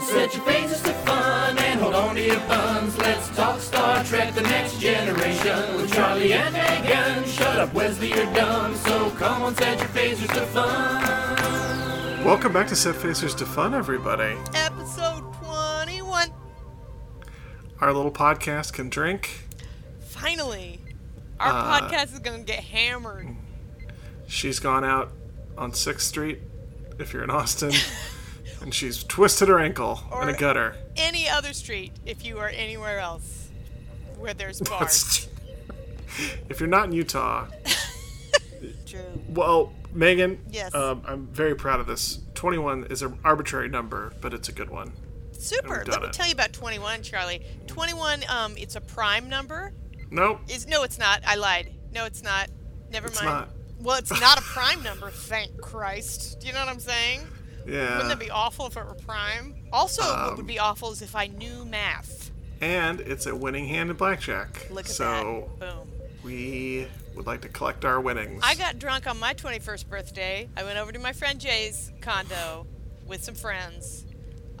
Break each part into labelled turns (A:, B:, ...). A: Set your faces to fun and hold on to your buns. Let's talk Star Trek The Next Generation with Charlie and Megan. Shut up, Wesley, you're dumb. So come on, set your faces to fun.
B: Welcome back to Set Facers to Fun, everybody.
C: episode 21.
B: Our little podcast can drink.
C: Finally, our
B: Uh,
C: podcast is going to get hammered.
B: She's gone out on 6th Street, if you're in Austin, and she's twisted her ankle in a
C: Or-
B: gutter.
C: Any other street, if you are anywhere else where there's bars.
B: That's- if you're not in Utah,
C: True.
B: well, Megan,
C: Yes.
B: um, I'm very proud of this. 21 is an arbitrary number, but it's a good one.
C: Super.
B: done
C: Let me
B: it.
C: tell you about 21, Charlie. 21, um, it's a prime number.
B: Nope.
C: Is no, it's not. I lied. No, it's not. Never
B: It's
C: mind.
B: not.
C: Well, it's not a prime number. Thank Christ. Do you know what I'm saying?
B: Yeah.
C: Wouldn't it be awful if it were prime? Also, what
B: Uh, Um,
C: would be awful is if I knew math.
B: and it's a winning hand in blackjack.
C: Look at
B: so
C: that. Boom.
B: we would like to collect our winnings.
C: I got drunk on my 21st birthday. I went over to my friend Jay's condo with some friends.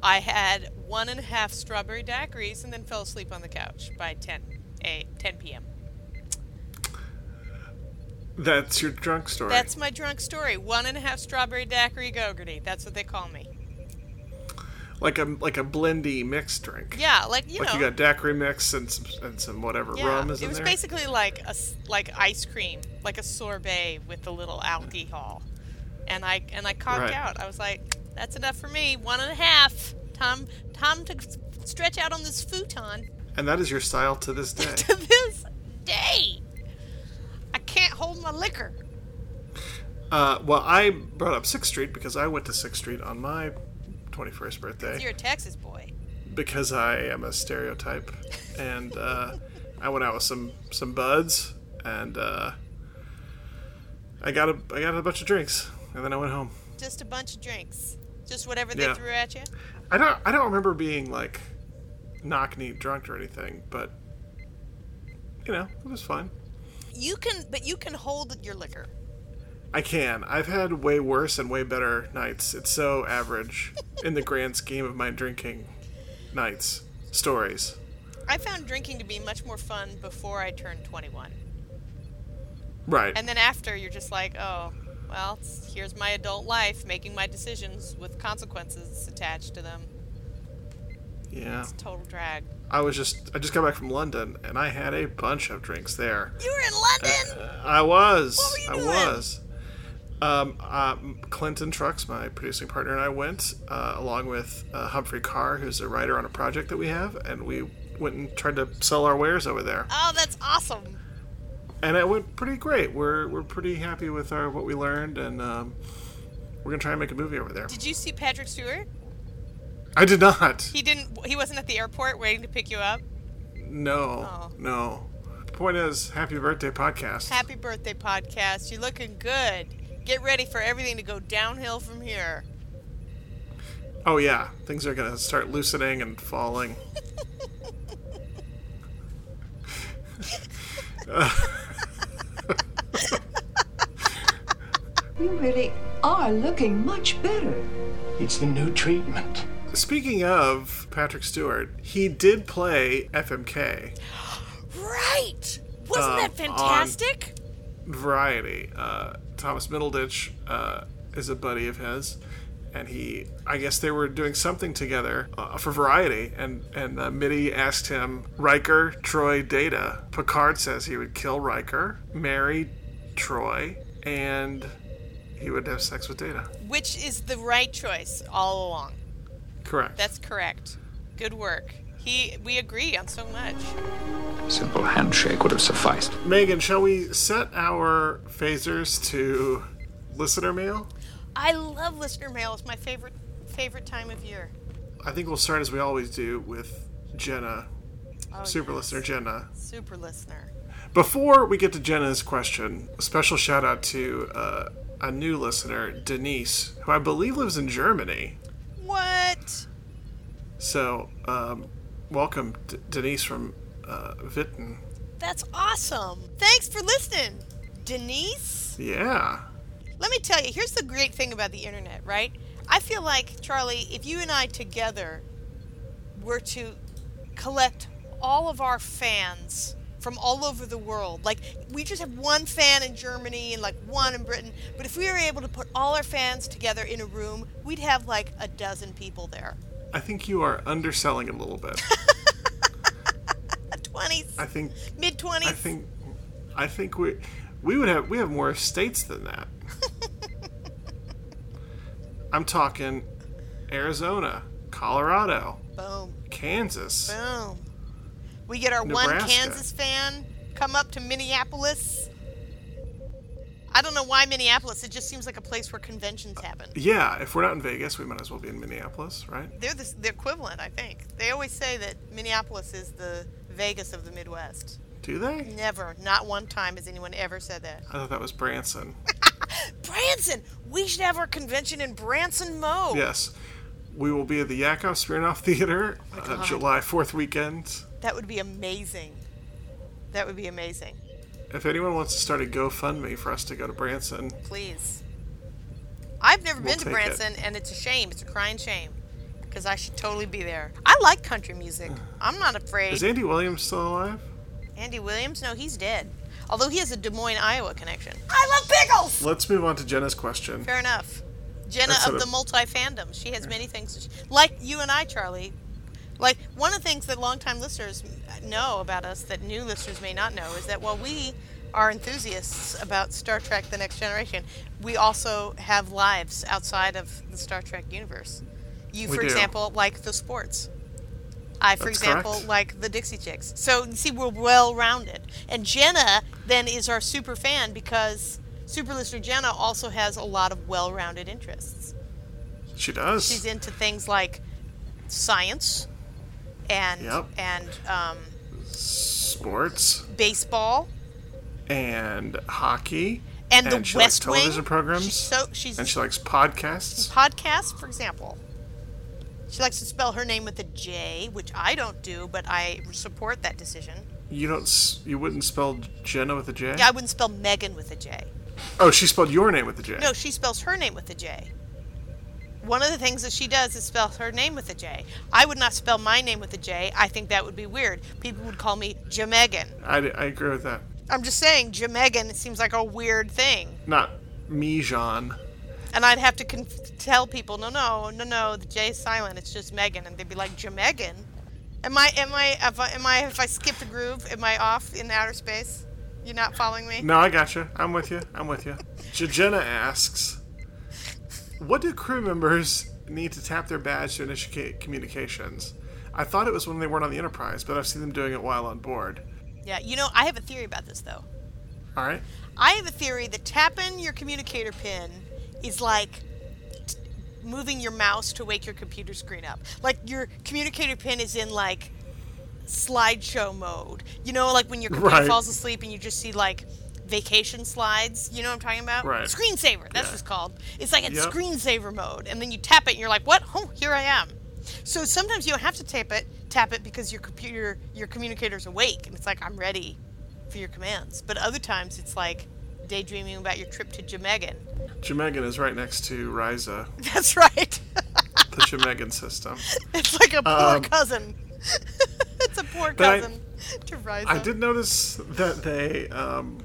C: I had one and a half strawberry daiquiris and then fell asleep on the couch by 10 a 10 p.m.
B: That's your drunk story.
C: That's my drunk story. One and a half strawberry daiquiri gogarty. That's what they call me.
B: like a like a blendy mixed drink.
C: Yeah, like you
B: like
C: know.
B: you got daiquiri mix and some, and some whatever
C: yeah,
B: rum is
C: it
B: in
C: was
B: there.
C: basically like a s- like ice cream, like a sorbet with a little alcohol. And I and I conked
B: Right.
C: out. I was like, that's enough for me. One and a half. Time time to s- stretch out on this futon.
B: and that is your style to this day.
C: to this day. I can't hold my liquor.
B: uh, well, I brought up Sixth Street because I went to Sixth Street on my 21st birthday
C: You're a Texas boy.
B: because I am a stereotype, and uh, I went out with some some buds and uh, I got a I got a bunch of drinks and then I went home.
C: Just a bunch of drinks. Just whatever they
B: Yeah.
C: threw at you.
B: I don't I don't remember being like knock knee drunk or anything, but you know it was fine.
C: You can, but you can hold your liquor.
B: I can. I've had way worse and way better nights. It's so average in the grand scheme of my drinking nights stories.
C: I found drinking to be much more fun before I turned 21.
B: Right.
C: And then after, you're just like, oh, well, it's- here's my adult life making my decisions with consequences attached to them.
B: yeah.
C: It's total drag.
B: I was just I just got back from London and I had a bunch of drinks there.
C: You were in London!
B: I was.
C: What were you
B: I
C: doing?
B: was. Um, um, Clinton Trucks, my producing partner, and I went uh, along with uh, Humphrey Carr, who's a writer on a project that we have, and we went and tried to sell our wares over there.
C: Oh, that's awesome.
B: and it went pretty great. We're we're pretty happy with our what we learned, and um, we're gonna try and make a movie over there.
C: Did you see Patrick Stewart?
B: I did not.
C: He didn't, he wasn't at the airport waiting to pick you up.
B: No,
C: Oh.
B: no. The point is, happy birthday podcast.
C: Happy birthday, podcast. You're looking good. Get ready for everything to go downhill from here.
B: oh yeah, things are gonna start loosening and falling.
D: You really are looking much better.
E: It's the new treatment.
B: Speaking of Patrick Stewart, he did play FMK
C: Right! Wasn't
B: Um,
C: that fantastic?
B: Variety. Uh, Thomas Middleditch uh, is a buddy of his. And he, I guess they were doing something together uh, for Variety, and and uh, Mitty asked him Riker, Troy, Data. Picard says he would kill Riker, marry Troy, and he would have sex with Data.
C: Which is the right choice all along.
B: Correct.
C: That's correct. Good work. He, we agree on so much.
F: Simple handshake would have sufficed.
B: Megan. Shall we set our phasers to listener mail?
C: I love listener mail. It's my favorite, favorite time of year.
B: I think we'll start as we always do with Jenna,
C: Oh,
B: super
C: yes.
B: listener Jenna.
C: Super listener.
B: Before we get to Jenna's question, a special shout out to uh, a new listener, Denise, who I believe lives in Germany.
C: What?
B: So, um, welcome, D- Denise from uh, Witten.
C: That's awesome. Thanks for listening, Denise.
B: Yeah.
C: Let me tell you, here's the great thing about the internet, right? I feel like, Charlie, if you and I together were to collect all of our fans from all over the world, like we just have one fan in Germany and like one in Britain, but if we were able to put all our fans together in a room, we'd have like a dozen people there.
B: I think you are underselling it a little bit.
C: 20s,
B: I think
C: mid 20s.
B: I think I think we we would have we have more states than that. I'm talking Arizona, Colorado,
C: Boom.
B: Kansas.
C: Boom. We get our one
B: Nebraska.
C: Kansas fan come up to Minneapolis. I don't know why Minneapolis. It just seems like a place where
B: Uh,
C: conventions happen.
B: Yeah, if we're not in Vegas, we might as well be in Minneapolis, right?
C: They're the, the equivalent, I think. They always say that Minneapolis is the Vegas of the Midwest.
B: Do they?
C: Never, not one time has anyone ever said that.
B: I thought that was Branson.
C: Branson! We should have our convention in Branson, Mo.
B: Yes. We will be at the Yakov Smirnoff Theater
C: Oh
B: uh, July 4th weekend.
C: That would be amazing. That would be amazing.
B: If anyone wants to start a GoFundMe for us to go to Branson,
C: Please. I've never
B: We'll
C: been to
B: take it.
C: Branson, and it's a shame. It's a crying shame. Because I should totally be there. I like country music. I'm not afraid.
B: is Andy Williams still alive?
C: Andy Williams? No, he's dead. Although he has a Des Moines, Iowa connection. I love pickles!
B: Let's move on to Jenna's question.
C: Fair enough. Jenna
B: That's
C: of
B: sort
C: the
B: of-
C: multi fandom. She has many things. that she- like you and I, Charlie. Like one of the things that longtime listeners know about us that new listeners may not know is that while we are enthusiasts about Star Trek: The Next Generation, we also have lives outside of the Star Trek universe. You,
B: We
C: for
B: do.
C: example, like the sports. I, for
B: That's
C: example,
B: correct.
C: like the Dixie Chicks. So you see, we're well rounded. And Jenna then is our super fan because super listener Jenna also has a lot of well rounded interests.
B: She does.
C: She's into things like science and
B: Yep.
C: and um,
B: Sports
C: baseball
B: and hockey.
C: and, the
B: she
C: West
B: likes television
C: Wing.
B: programs.
C: She's so she's
B: and she likes podcasts.
C: podcasts, for example. She likes to spell her name with a J, which I don't do, but I support that decision.
B: You don't. s- You wouldn't spell Jenna with a J.
C: I wouldn't spell Megan with a J.
B: Oh, she spelled your name with a J.
C: No, she spells her name with a J. One of the things that she does is spell her name with a J. I would not spell my name with a J. I think that would be weird. People would call me Jamegan.
B: I, I agree with that.
C: I'm just saying, Jamegan it seems like a weird thing.
B: Not me, Jean.
C: And I'd have to conf- tell people, no, no, no, no, the J is silent. It's just Megan. And they'd be like, Jamegan? Am I, am I, if I, am I, if I skip the groove, am I off in outer space? You're not following me?
B: No, I gotcha. I'm with you. I'm with you. J- Jenna asks, "What do crew members need to tap their badge to initiate communications?" I thought it was when they weren't on the Enterprise, but I've seen them doing it while on board.
C: Yeah, you know, I have a theory about this, though.
B: All right.
C: I have a theory that tapping your communicator pin is like t- moving your mouse to wake your computer screen up. Like your communicator pin is in like slideshow mode. You know, like when your computer
B: Right.
C: falls asleep and you just see like vacation slides. You know what I'm talking about?
B: Right.
C: Screensaver. That's what it's called. It's like in
B: Yep.
C: screensaver mode, and then you tap it, and you're like, "What? Oh, here I am." So sometimes you don't have to tap it, tap it because your computer, your communicator's awake, and it's like, "I'm ready for your commands." But other times it's like daydreaming about your trip to Jamegan.
B: Jamegan is right next to Riza,
C: That's right.
B: the Jamegan system.
C: it's like a poor
B: Um,
C: cousin. it's a poor
B: but I-
C: cousin to Riza.
B: I did notice that they um,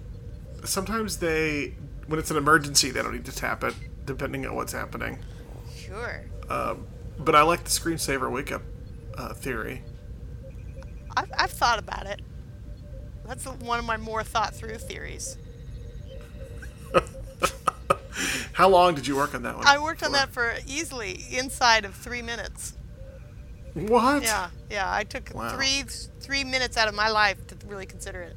B: sometimes they when it's an emergency they don't need to tap it depending on what's happening.
C: Sure.
B: But I like the screensaver wake up uh, theory.
C: I've, I've thought about it. That's one of my more thought through theories.
B: How long did you work on that one?
C: I worked on that for easily inside of three minutes.
B: What?
C: Yeah, yeah. I took
B: Wow.
C: three three minutes out of my life to really consider it.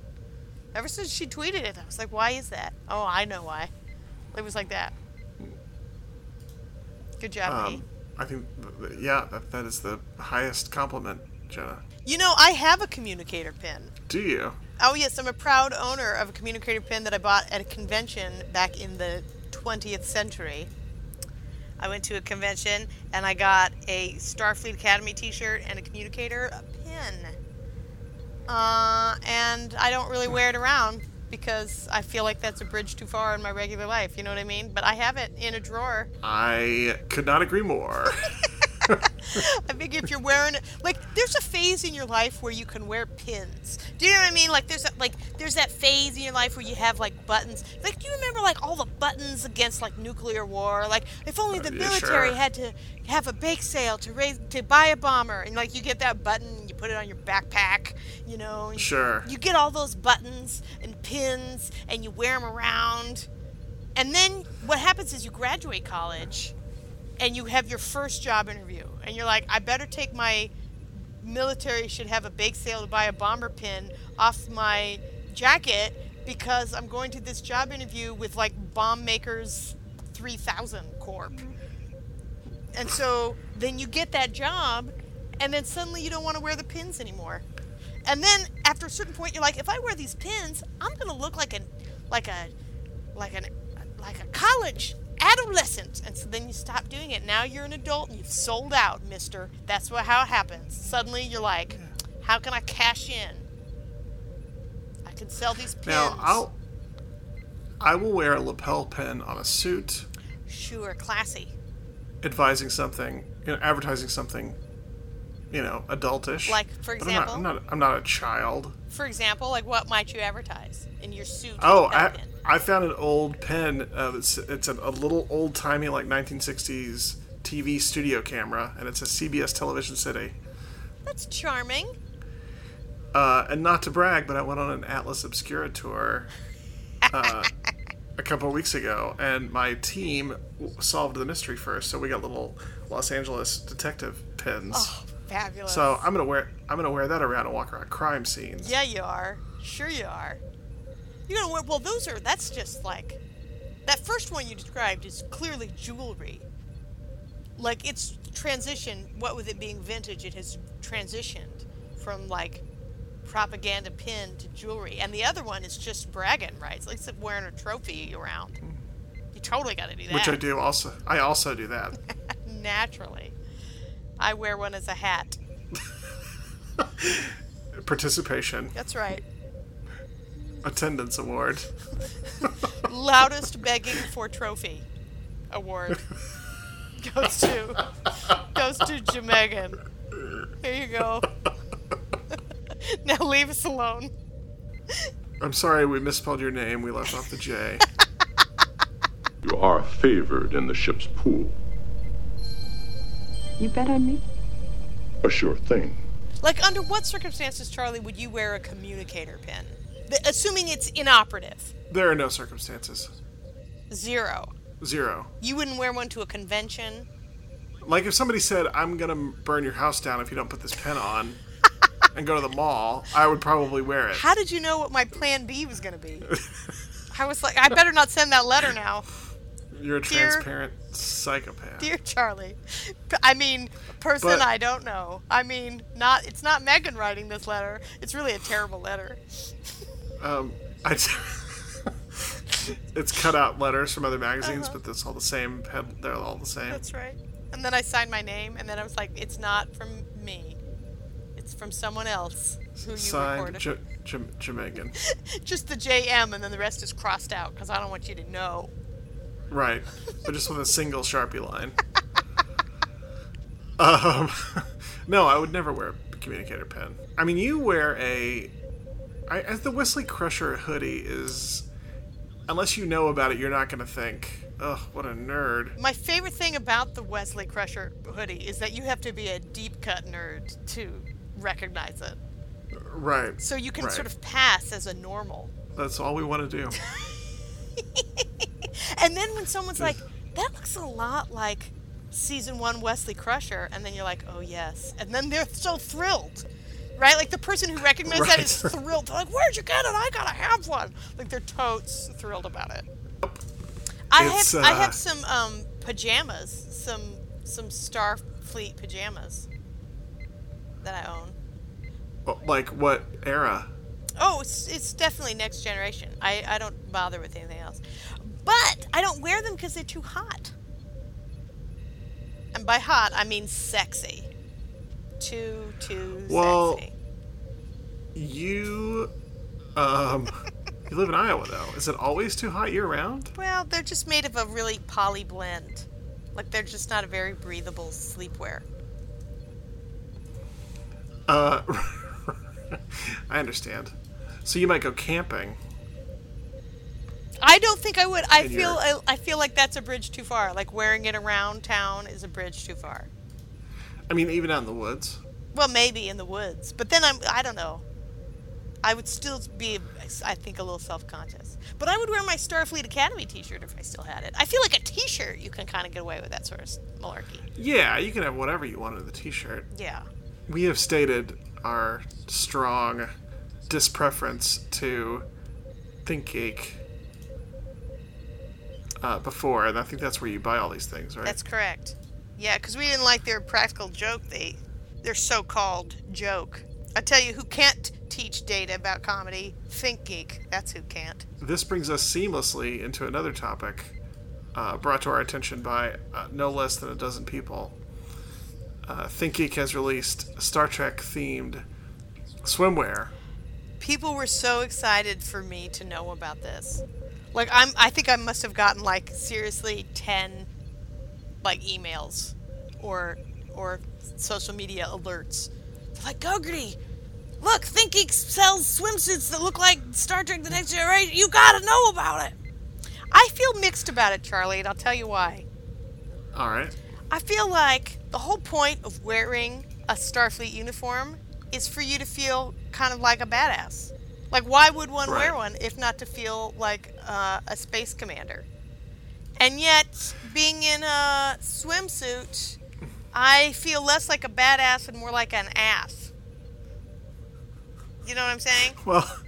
C: Ever since she tweeted it, I was like, "Why is that?" Oh, I know why. It was like that. Good job, me.
B: Um, I think th- th- yeah, that, that is the highest compliment, Jenna.
C: You know, I have a communicator pin.
B: Do you?
C: Oh yes, I'm a proud owner of a communicator pin that I bought at a convention back in the 20th century. I went to a convention and I got a Starfleet Academy T-shirt and a communicator pin. Uh, and I don't really wear it around because I feel like that's a bridge too far in my regular life. You know what I mean? But I have it in a drawer.
B: I could not agree more.
C: I think if you're wearing like there's a phase in your life where you can wear pins. Do you know what I mean? Like there's that like there's that phase in your life where you have like buttons. Like do you remember like all the buttons against like nuclear war? Like if only the
B: Uh, yeah,
C: military
B: sure.
C: had to have a bake sale to raise to buy a bomber and like you get that button and you put it on your backpack, you know. and
B: Sure.
C: You get all those buttons and pins and you wear them around. And then what happens is you graduate college and you have your first job interview and you're like, I better take my military should have a bake sale to buy a bomber pin off my jacket because I'm going to this job interview with like Bomb Makers 3000 Corp. And so then you get that job and then suddenly you don't want to wear the pins anymore. And then after a certain point you're like, if I wear these pins, I'm going to look like an like a like an like a college adolescent and so then you stop doing it now you're an adult and you've sold out mister that's what how it happens suddenly you're like how can i cash in i can sell these pins
B: now I'll I will wear a lapel pin on a suit
C: sure classy
B: advising something, you know, advertising something, you know, adultish.
C: Like, for
B: But I'm not-
C: example?
B: I'm not, I'm not, a child.
C: for example like what might you advertise in your suit
B: Oh,
C: with that
B: I,
C: pin?
B: I found an old pen. Of, it's it's a, a little old timey, like 1960s TV studio camera, and it's a CBS Television City.
C: that's charming
B: Uh, and not to brag, but I went on an Atlas Obscura tour uh, a couple of weeks ago, and my team w- solved the mystery first. So we got little Los Angeles detective pins.
C: Oh, fabulous
B: So I'm gonna wear I'm gonna wear that around and walk around crime scenes.
C: yeah you are sure you are you're gonna wear well those are that's just like that first one you described is clearly jewelry. Like it's transitioned. What with it being vintage, it has transitioned from like propaganda pin to jewelry. And the other one is just bragging rights. Like it's like wearing a trophy around. You totally got to do that.
B: Which I do also. I also do that.
C: naturally. I wear one as a hat.
B: Participation
C: That's right.
B: attendance award.
C: Loudest begging for trophy award goes to goes to Jamegan. Here you go. now leave us alone.
B: I'm sorry we misspelled your name. We left off the J.
G: You are favored in the ship's pool.
D: You bet on me?
G: A sure thing.
C: Like, under what circumstances, Charlie, would you wear a communicator pin? The, assuming it's inoperative,
B: there are no circumstances.
C: zero.
B: Zero.
C: You wouldn't wear one to a convention.
B: Like if somebody said, "I'm gonna burn your house down if you don't put this pin on," and go to the mall, I would probably wear it.
C: How did you know what my plan B was going to be? I was like, I better not send that letter now.
B: You're a
C: Dear-
B: transparent psychopath.
C: Dear Charlie, P- I mean, person
B: But-
C: I don't know. I mean, not it's not Megan writing this letter. It's really a terrible letter.
B: Um, I t- it's cut out letters from other magazines, but it's all the same. head- They're all the same.
C: Uh-huh. That's right. And then I signed my name, and then I was like, it's not from me. It's from someone else who you
B: Signed,
C: recorded.
B: J- J- Jamaican.
C: Just the JM, and then the rest is crossed out because I don't want you to know.
B: Right. But just with a single Sharpie line. um, no, I would never wear a communicator pen. I mean, you wear a. I, as the Wesley Crusher hoodie is. Unless you know about it, you're not going to think, ugh, what a nerd.
C: My favorite thing about the Wesley Crusher hoodie is that you have to be a deep cut nerd to recognize it.
B: Right.
C: So you can
B: Right.
C: sort of pass as a normal.
B: That's all we want to do.
C: And then when someone's like, that looks a lot like season one Wesley Crusher, and then you're like, oh yes. And then they're so thrilled, right? Like the person who recognized that is
B: Right.
C: thrilled. They're like, where'd you get it? I gotta have one. Like they're totes thrilled about it. I
B: It's,
C: have I
B: uh,
C: have some um, pajamas, some some Starfleet pajamas that I own.
B: like, what era?
C: Oh, it's, it's definitely next generation. I, I don't bother with anything else. But I don't wear them because they're too hot. And by hot, I mean sexy. Too, too
B: Well-
C: sexy.
B: You. Um. You live in Iowa, though. Is it always too hot year round?
C: Well, they're just made of a really poly blend. Like they're just not a very breathable sleepwear.
B: Uh, I understand. So you might go camping.
C: I don't think I would. I
B: And
C: feel I,
B: you're-
C: I feel like that's a bridge too far. Like wearing it around town is a bridge too far.
B: I mean, even out in the woods.
C: Well, maybe in the woods, but then I'm I don't know. I would still be I think a little self-conscious. But I would wear my Starfleet Academy t-shirt if I still had it. I feel like a t-shirt you can kind of get away with that sort of malarkey.
B: Yeah, you can have whatever you want in the T-shirt.
C: Yeah.
B: We have stated our strong dispreference to Think Geek uh, before, and I think that's where you buy all these things, right?
C: That's correct. Yeah, because we didn't like their practical joke. They, their so-called joke. I tell you, who can't teach data about comedy? Think Geek. That's who can't.
B: this brings us seamlessly into another topic uh, brought to our attention by uh, no less than a dozen people. Uh, Think Geek has released Star Trek themed swimwear.
C: People were so excited for me to know about this. Like I'm, I think I must have gotten like seriously ten, like emails, or or social media alerts. They're like, Gogarty, look, Think Geek sells swimsuits that look like Star Trek: The Next Generation. You gotta know about it. I feel mixed about it, Charlie, and I'll tell you why.
B: All right.
C: I feel like the whole point of wearing a Starfleet uniform is for you to feel kind of like a badass. Like, why would one wear
B: Right.
C: one if not to feel like uh, a space commander? And yet, being in a swimsuit, I feel less like a badass and more like an ass. You know what I'm saying?
B: Well,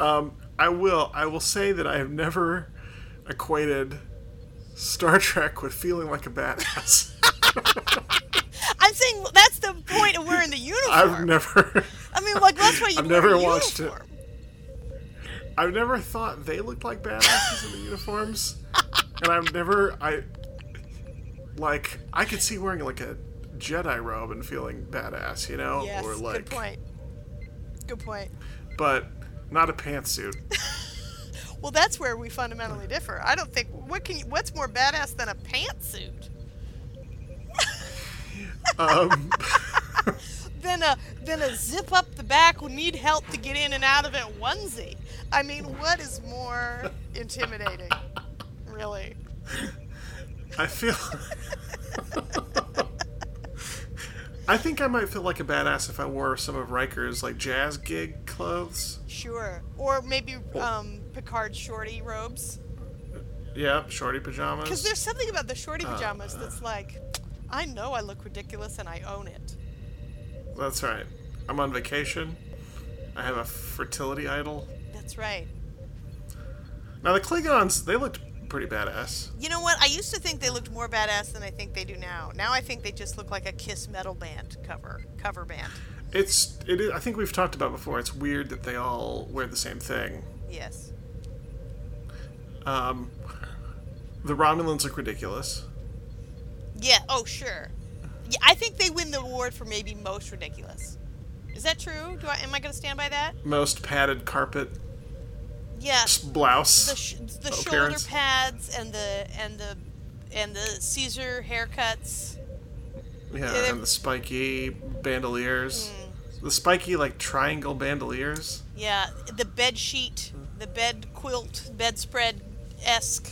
B: um, I will. I will say that I have never equated Star Trek with feeling like a badass.
C: I'm saying that's the point of wearing the uniform.
B: I've never.
C: I mean, like that's why you
B: I've
C: wear
B: never
C: a
B: watched it.
C: uniform.
B: I've never thought they looked like badasses in the uniforms, and I've never I like I could see wearing like a Jedi robe and feeling badass, you know,
C: Yes,
B: or like,
C: good point. Good point.
B: but not a pantsuit.
C: Well, that's where we fundamentally differ. I don't think what can you, what's more badass than a pantsuit?
B: Um,
C: Than a than a zip up the back who need help to get in and out of it onesie. I mean, what is more intimidating? Really?
B: I feel. I think I might feel like a badass if I wore some of Riker's like jazz gig clothes.
C: Sure. Or maybe um, Picard shorty robes.
B: Yep, shorty
C: Because
B: pajamas.
C: there's something about the shorty pajamas that's like, I know I look ridiculous and I own it.
B: That's right. I'm on vacation. I have a fertility idol.
C: That's right.
B: Now the Klingons, they looked pretty badass.
C: You know what? I used to think they looked more badass than I think they do now. Now I think they just look like a Kiss metal band cover cover band.
B: It's it is, I think we've talked about before. It's weird that they all wear the same thing.
C: Yes.
B: Um, the Romulans look ridiculous.
C: Yeah. Oh, sure. Yeah, I think they win the award for maybe most ridiculous. Is that true? Do I am I going to stand by that?
B: Most padded carpet
C: Yes.
B: blouse.
C: The sh- the shoulder
B: Appearance.
C: pads and the and the and the Caesar haircuts.
B: yeah,
C: they're- Hmm.
B: and the spiky bandoliers. The spiky like triangle bandoliers.
C: Yeah, the bed sheet, the bed quilt, bedspread esque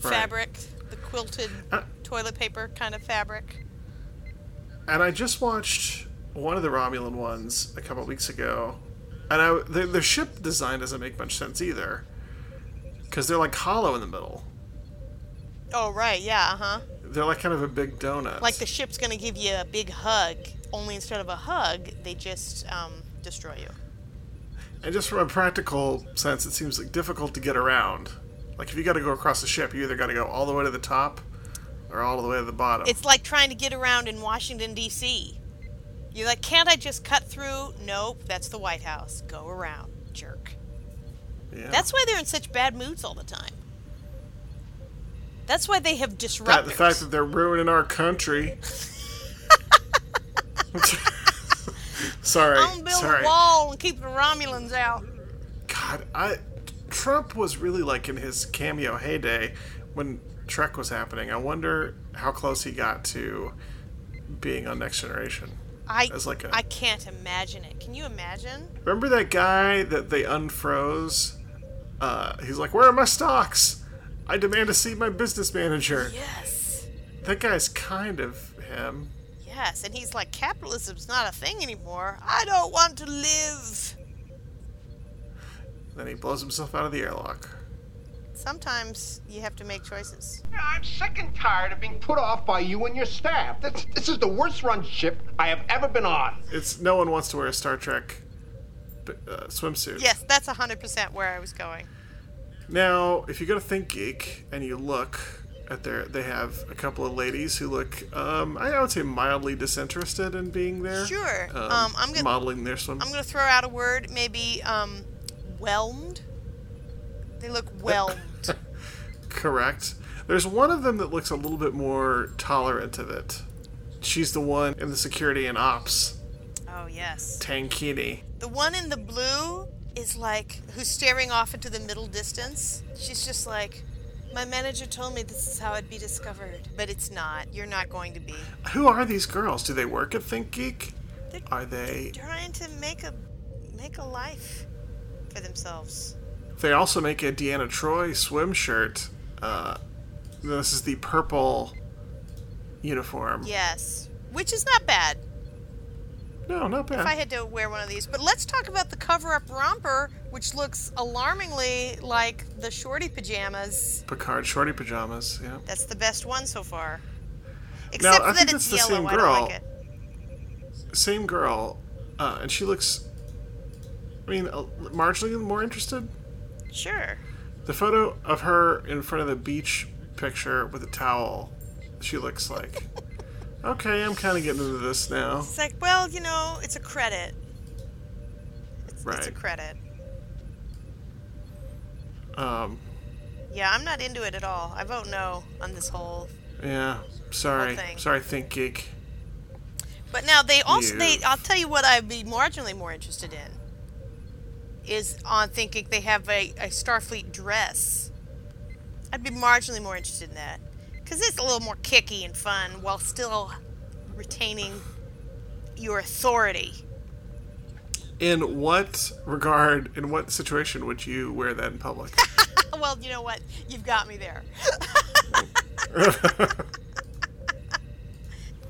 B: Right.
C: fabric, the quilted
B: Uh,
C: toilet paper kind of fabric.
B: And I just watched one of the Romulan ones a couple weeks ago, and I their, their ship design doesn't make much sense either, because they're like hollow in the middle.
C: Oh right, yeah, uh huh.
B: They're like kind of a big donut.
C: Like the ship's gonna give you a big hug, only instead of a hug, they just um, destroy you.
B: And just from a practical sense, it seems like difficult to get around. Like if you got to go across the ship, you either got to go all the way to the top, or all the way to the bottom.
C: It's like trying to get around in Washington D.C. You're like, can't I just cut through? Nope, that's the White House. Go around, jerk.
B: yeah.
C: That's why they're in such bad moods all the time. That's why they have
B: That-
C: disruptors.
B: the fact that they're ruining our country. sorry,
C: I'm building
B: sorry.
C: a wall and keep the Romulans out.
B: God, I Trump was really like in his cameo heyday when Trek was happening. I wonder how close he got to being on Next Generation.
C: I
B: As like a-
C: I can't imagine it. Can you imagine?
B: Remember that guy that they unfroze? Uh, he's like, "Where are my stocks? I demand to see my business manager."
C: Yes.
B: That guy's kind of him.
C: Yes, and he's like, capitalism's not a thing anymore. I don't want to live.
B: Then he blows himself out of the airlock.
C: Sometimes you have to make choices.
H: I'm sick and tired of being put off by you and your staff. This, this is the worst run ship I have ever been on.
B: It's no one wants to wear a Star Trek uh, swimsuit.
C: Yes, that's 100% where I was going.
B: Now, if you go to Think Geek and you look at their, they have a couple of ladies who look, um, I would say, mildly disinterested in being there.
C: Sure. Um, I'm gonna-
B: modeling their swim.
C: I'm going to throw out a word, maybe um, whelmed. They look whelmed.
B: Correct. There's one of them that looks a little bit more tolerant of it. She's the one in the security and ops,
C: oh, yes.
B: Tankini.
C: The one in the blue is like, who's staring off into the middle distance. She's just like, my manager told me this is how I'd be discovered. But it's not. You're not going to be.
B: Who are these girls? Do they work at Think Geek? Are they?
C: Trying to make a make a life for themselves.
B: They also make a Deanna Troy swim shirt. Uh, this is the purple uniform.
C: Yes. Which is not bad.
B: No, not bad.
C: If I had to wear one of these. But let's talk about the cover up romper, which looks alarmingly like the shorty pajamas.
B: Picard shorty pajamas. Yeah.
C: That's the best one so far. Except
B: I
C: that
B: think
C: it's
B: that's the same
C: yellow. I don't like
B: girl.
C: it.
B: Same girl, uh, and she looks. I mean, uh, marginally more interested.
C: Sure.
B: The photo of her in front of the beach picture with a towel. She looks like. okay, I'm kind of getting into this now.
C: It's like, well, you know, it's a credit. It's, it's a
B: Right.
C: credit.
B: Um.
C: Yeah, I'm not into it at all. I vote no on this whole
B: Yeah. Sorry.
C: thing.
B: Sorry. Think geek.
C: But now they also
B: You-
C: they I'll tell you what I'd be marginally more interested in is on thinking they have a, a Starfleet dress. I'd be marginally more interested in that because it's a little more kicky and fun while still retaining your authority.
B: In what regard? In what situation would you wear that in public?
C: Well, you know what? You've got me there.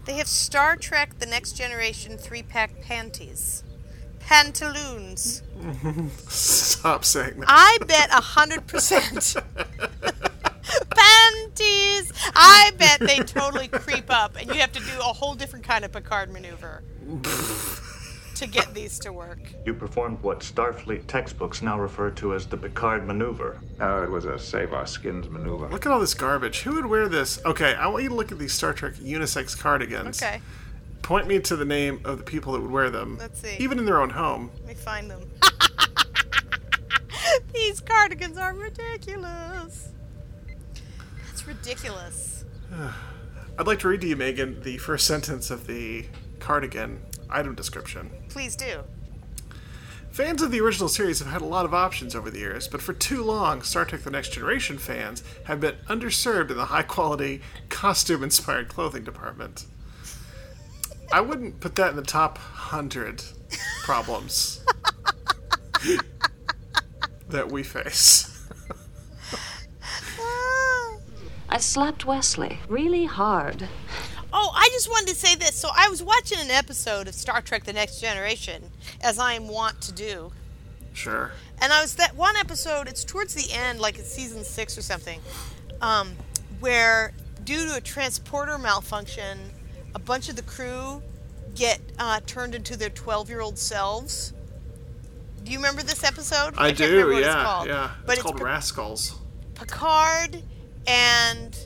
C: they have Star Trek The Next Generation three pack panties. Pantaloons.
B: Stop saying that.
C: I bet a hundred percent. Panties. I bet they totally creep up, and you have to do a whole different kind of Picard maneuver to get these to work.
I: You performed what Starfleet textbooks now refer to as the Picard maneuver.
F: No, it was a save our skins maneuver.
B: Look at all this garbage. Who would wear this? Okay, I want you to look at these Star Trek unisex cardigans.
C: Okay,
B: Point me to the name of the people that would wear them.
C: Let's see.
B: Even in their own home.
C: let me find them. these cardigans are ridiculous. That's ridiculous.
B: I'd like to read to you, Megan, the first sentence of the cardigan item description.
C: Please do.
B: Fans of the original series have had a lot of options over the years, but for too long, Star Trek The Next Generation fans have been underserved in the high quality, costume inspired clothing department. I wouldn't put that in the top 100 problems that we face.
C: Ah.
J: I slapped Wesley really hard.
C: Oh, I just wanted to say this. So I was watching an episode of Star Trek: The Next Generation, as I am wont to do.
B: Sure.
C: And I was that one episode. It's towards the end, like it's season six or something, um, where due to a transporter malfunction, a bunch of the crew get uh, turned into their twelve-year-old selves. Do you remember this episode?
B: I,
C: can't remember
B: do,
C: what it's
B: yeah.
C: called,
B: yeah.
C: But
B: it's,
C: it's,
B: called
C: Pi-
B: Rascals.
C: Picard and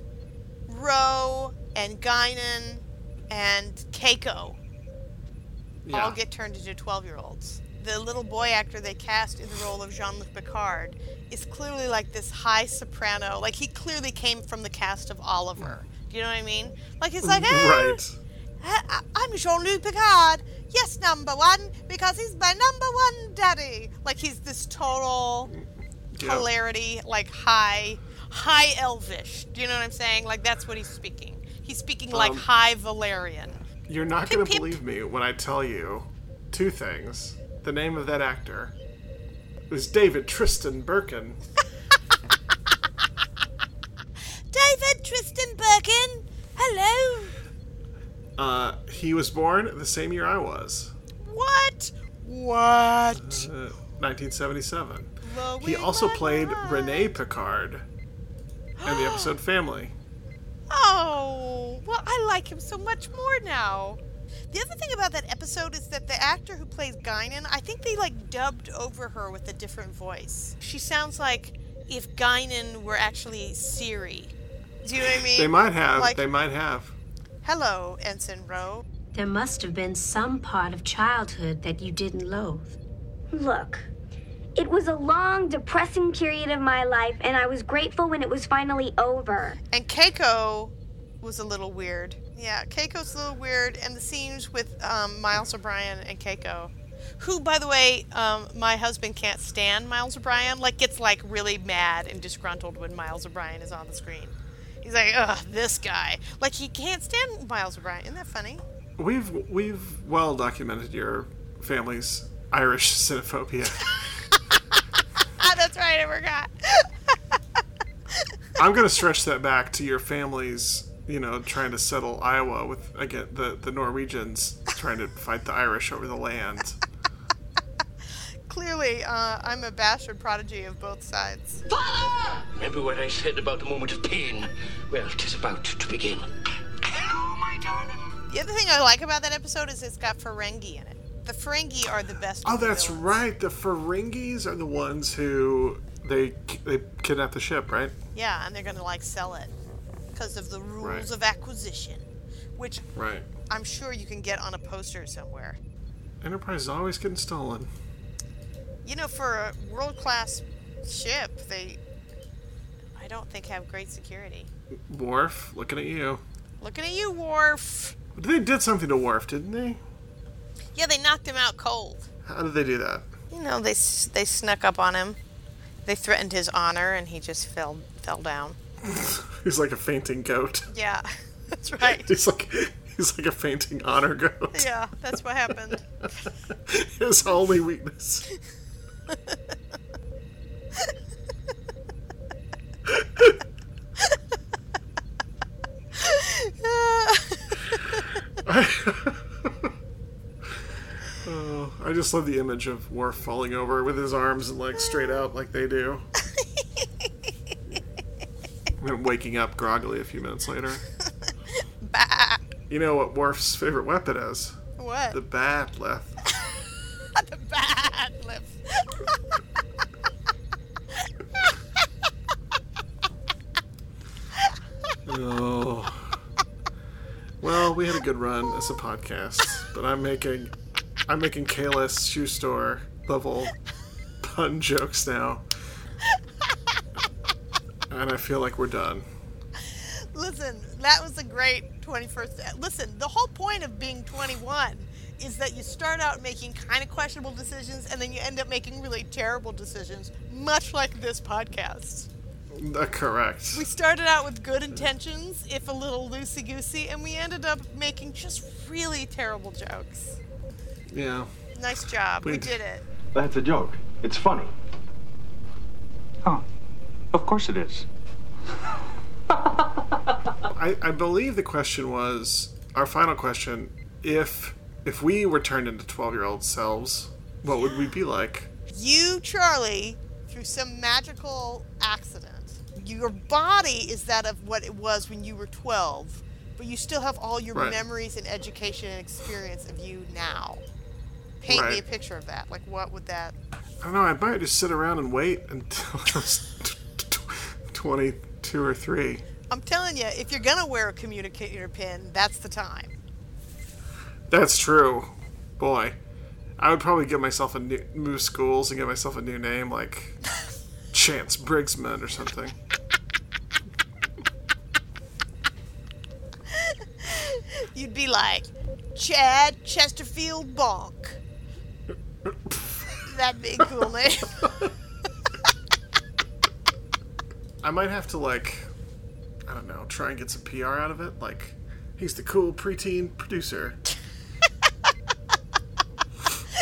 C: Roe and Guinan and Keiko
B: Yeah.
C: all get turned into 12 year olds. The little boy actor they cast in the role of Jean Luc Picard is clearly like this high soprano. Like, he clearly "Ah, came from the cast of Oliver. Do you know what I mean? Like, he's like, hey,
B: Right.
C: Uh, I, I, I'm Jean Luc Picard. Yes, number one, because he's my number one daddy. Like he's this total
B: Yeah.
C: hilarity, like high, high elvish. Do you know what I'm saying? Like that's what he's speaking. He's speaking like
B: Um,
C: high Valerian.
B: You're not going to
C: peep.
B: believe me when I tell you two things. The name of that actor was David Tristan Birkin.
C: David Tristan Birkin. Hello.
B: Uh, he was born the same year I was,
C: What? What?
B: uh, 1977. He
C: Blowing
B: also
C: my
B: played
C: mind.
B: Rene Picard in the episode Family.
C: Oh, well, I like him so much more now. The other thing about that episode is that the actor who plays Guinan, I think they like dubbed over her with a different voice. She sounds like if Guinan were actually Siri. Do you know what I mean?
B: They might have.
C: Like,
B: they might have.
C: hello, Ensign Rowe.
J: There must have been some part of childhood that you didn't loathe.
K: Look, it was a long, depressing period of my life, and I was grateful when it was finally over.
C: And Keiko was a little weird. Yeah, Keiko's a little weird, and the scenes with um, Miles O'Brien and Keiko, who, by the way, um, my husband can't stand Miles O'Brien. Like, gets like really mad and disgruntled when Miles O'Brien is on the screen. He's like, ugh, this guy. Like, he can't stand Miles O'Brien. Isn't that funny?
B: We've we've well documented your family's Irish xenophobia.
C: Ah, that's right, I forgot.
B: I'm gonna stretch that back to your family's, you know, trying to settle Iowa with again the the Norwegians trying to fight the Irish over the land.
C: Clearly, uh, I'm a bastard prodigy of both sides.
L: Remember what I said about the moment of pain? Well, 'tis about to begin.
C: The other thing I like about that episode is it's got Ferengi in it. The Ferengi are the best.
B: Oh, that's right. The Ferengis are the ones who they they kidnap the ship, right?
C: Yeah, and they're going to like sell it because of the rules
B: Right.
C: of acquisition, which
B: Right.
C: I'm sure you can get on a poster somewhere.
B: Enterprise is always getting stolen.
C: You know, for a world class ship, they I don't think have great security.
B: Worf, looking at you.
C: Looking at you, Worf.
B: They did something to Worf, didn't they?
C: Yeah, they knocked him out cold.
B: How did they do that?
C: You know, they s- they snuck up on him. They threatened his honor, and he just fell fell down.
B: He's like a fainting goat.
C: Yeah, that's right.
B: He's like he's like a fainting honor goat.
C: Yeah, that's what happened.
B: His only weakness. Oh, I just love the image of Worf falling over with his arms and legs straight out like they do. and then waking up groggily a few minutes later. You know what Worf's favorite weapon is?
C: What?
B: The bat left.
C: the bad lips.
B: Oh. Well, we had a good run as a podcast, but I'm making I'm making Kayla's shoe store level pun jokes now. And I feel like we're done.
C: Listen, that was a great 21st. Listen, the whole point of being 21 is that you start out making kind of questionable decisions and then you end up making really terrible decisions, much like this podcast.
B: Uh, correct.
C: We started out with good intentions, if a little loosey goosey, and we ended up making just really terrible jokes.
B: Yeah.
C: Nice job. We
B: We-
C: did it.
E: That's a joke. It's funny. Huh. Of course it is.
B: I, I believe the question was our final question: if if we were turned into twelve year old selves, what would we be like?
C: you, Charlie, through some magical accident, your body is that of what it was when you were 12, but you still have all your
B: Right.
C: memories and education and experience of you now. Paint me a
B: Right.
C: picture of that. Like, what would that?
B: I don't know. I might just sit around and wait until I was t- t- twenty two or three.
C: I'm telling you, if you're gonna wear a communicator pin, that's the time.
B: That's true. Boy, I would probably give myself a new move schools and give myself a new name like Chance Briggsman or something.
C: You'd be like, Chad Chesterfield Bonk. That'd be a cool eh? name.
B: I might have to like, I don't know, try and get some PR out of it. Like, he's the cool preteen producer.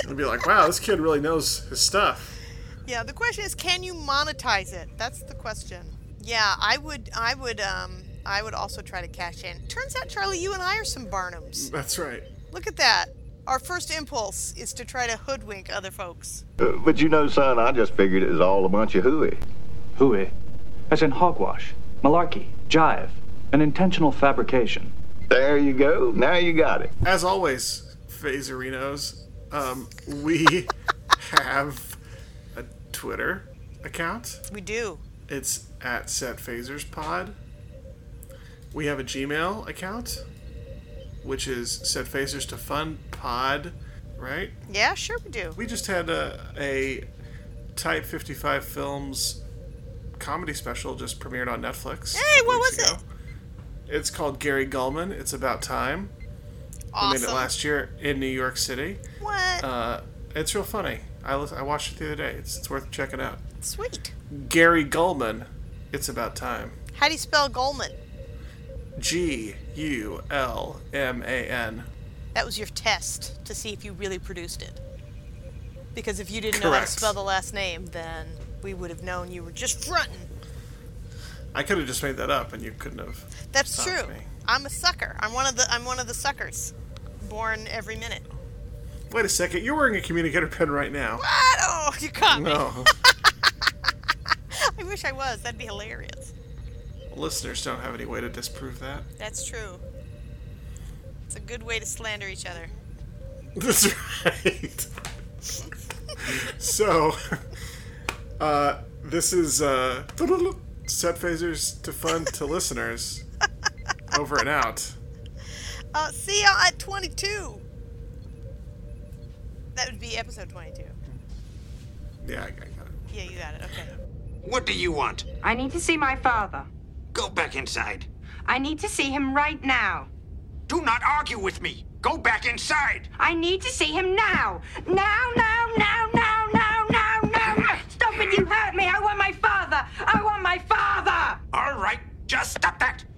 B: and be like, wow, this kid really knows his stuff.
C: yeah, the question is, can you monetize it? That's the question. Yeah, I would, I would, um, I would also try to cash in. Turns out, Charlie, you and I are some Barnums.
B: That's right.
C: Look at that. Our first impulse is to try to hoodwink other folks.
M: Uh, but you know, son, I just figured it was all a bunch of hooey.
N: Hooey? As in hogwash, malarkey, jive, an intentional fabrication.
M: There you go. Now you got it.
B: As always, Phaserinos, um, we have a Twitter account.
C: We do.
B: It's at Set Phasers Pod. We have a Gmail account, which is Set Phasers to Fun Pod, right?
C: Yeah, sure we do.
B: We just had a, a Type 55 Films comedy special just premiered on Netflix.
C: Hey, what was it?
B: It's called Gary Gulman. It's about time. We made it
C: Awesome.
B: last year in New York City.
C: What?
B: Uh, it's real funny. I, lis- I watched it the other day. It's, it's worth checking out.
C: Sweet.
B: Gary Gulman. It's about time.
C: How do you spell Goldman?
B: G U L M A N.
C: That was your test to see if you really produced it. Because if you didn't know how to
B: Correct.
C: spell the last name, then we would have known you were just fronting.
B: I could have just made that up, and you couldn't have.
C: That's
B: stopped
C: true.
B: me.
C: I'm a sucker. I'm one of the I'm one of the suckers. Born every minute.
B: Wait a second. You're wearing a communicator pen right now.
C: What? Oh, you caught me.
B: No,
C: I wish I was. That'd be hilarious.
B: listeners don't have any way to disprove that.
C: That's true. It's a good way to slander each other.
B: That's right. so, uh, this is uh, set phasers to fun to listeners. Over and out.
C: Uh, see ya at 22. That would be episode 22.
B: Yeah, I got it.
C: Yeah, you got it. Okay.
O: What do you want?
H: I need to see my father.
O: Go back inside.
H: I need to see him right now.
O: Do not argue with me. Go back inside.
H: I need to see him now. Now, now, now, now, now, now, now. Stop it, you hurt me. I want my father. I want my father.
O: All right, just stop that.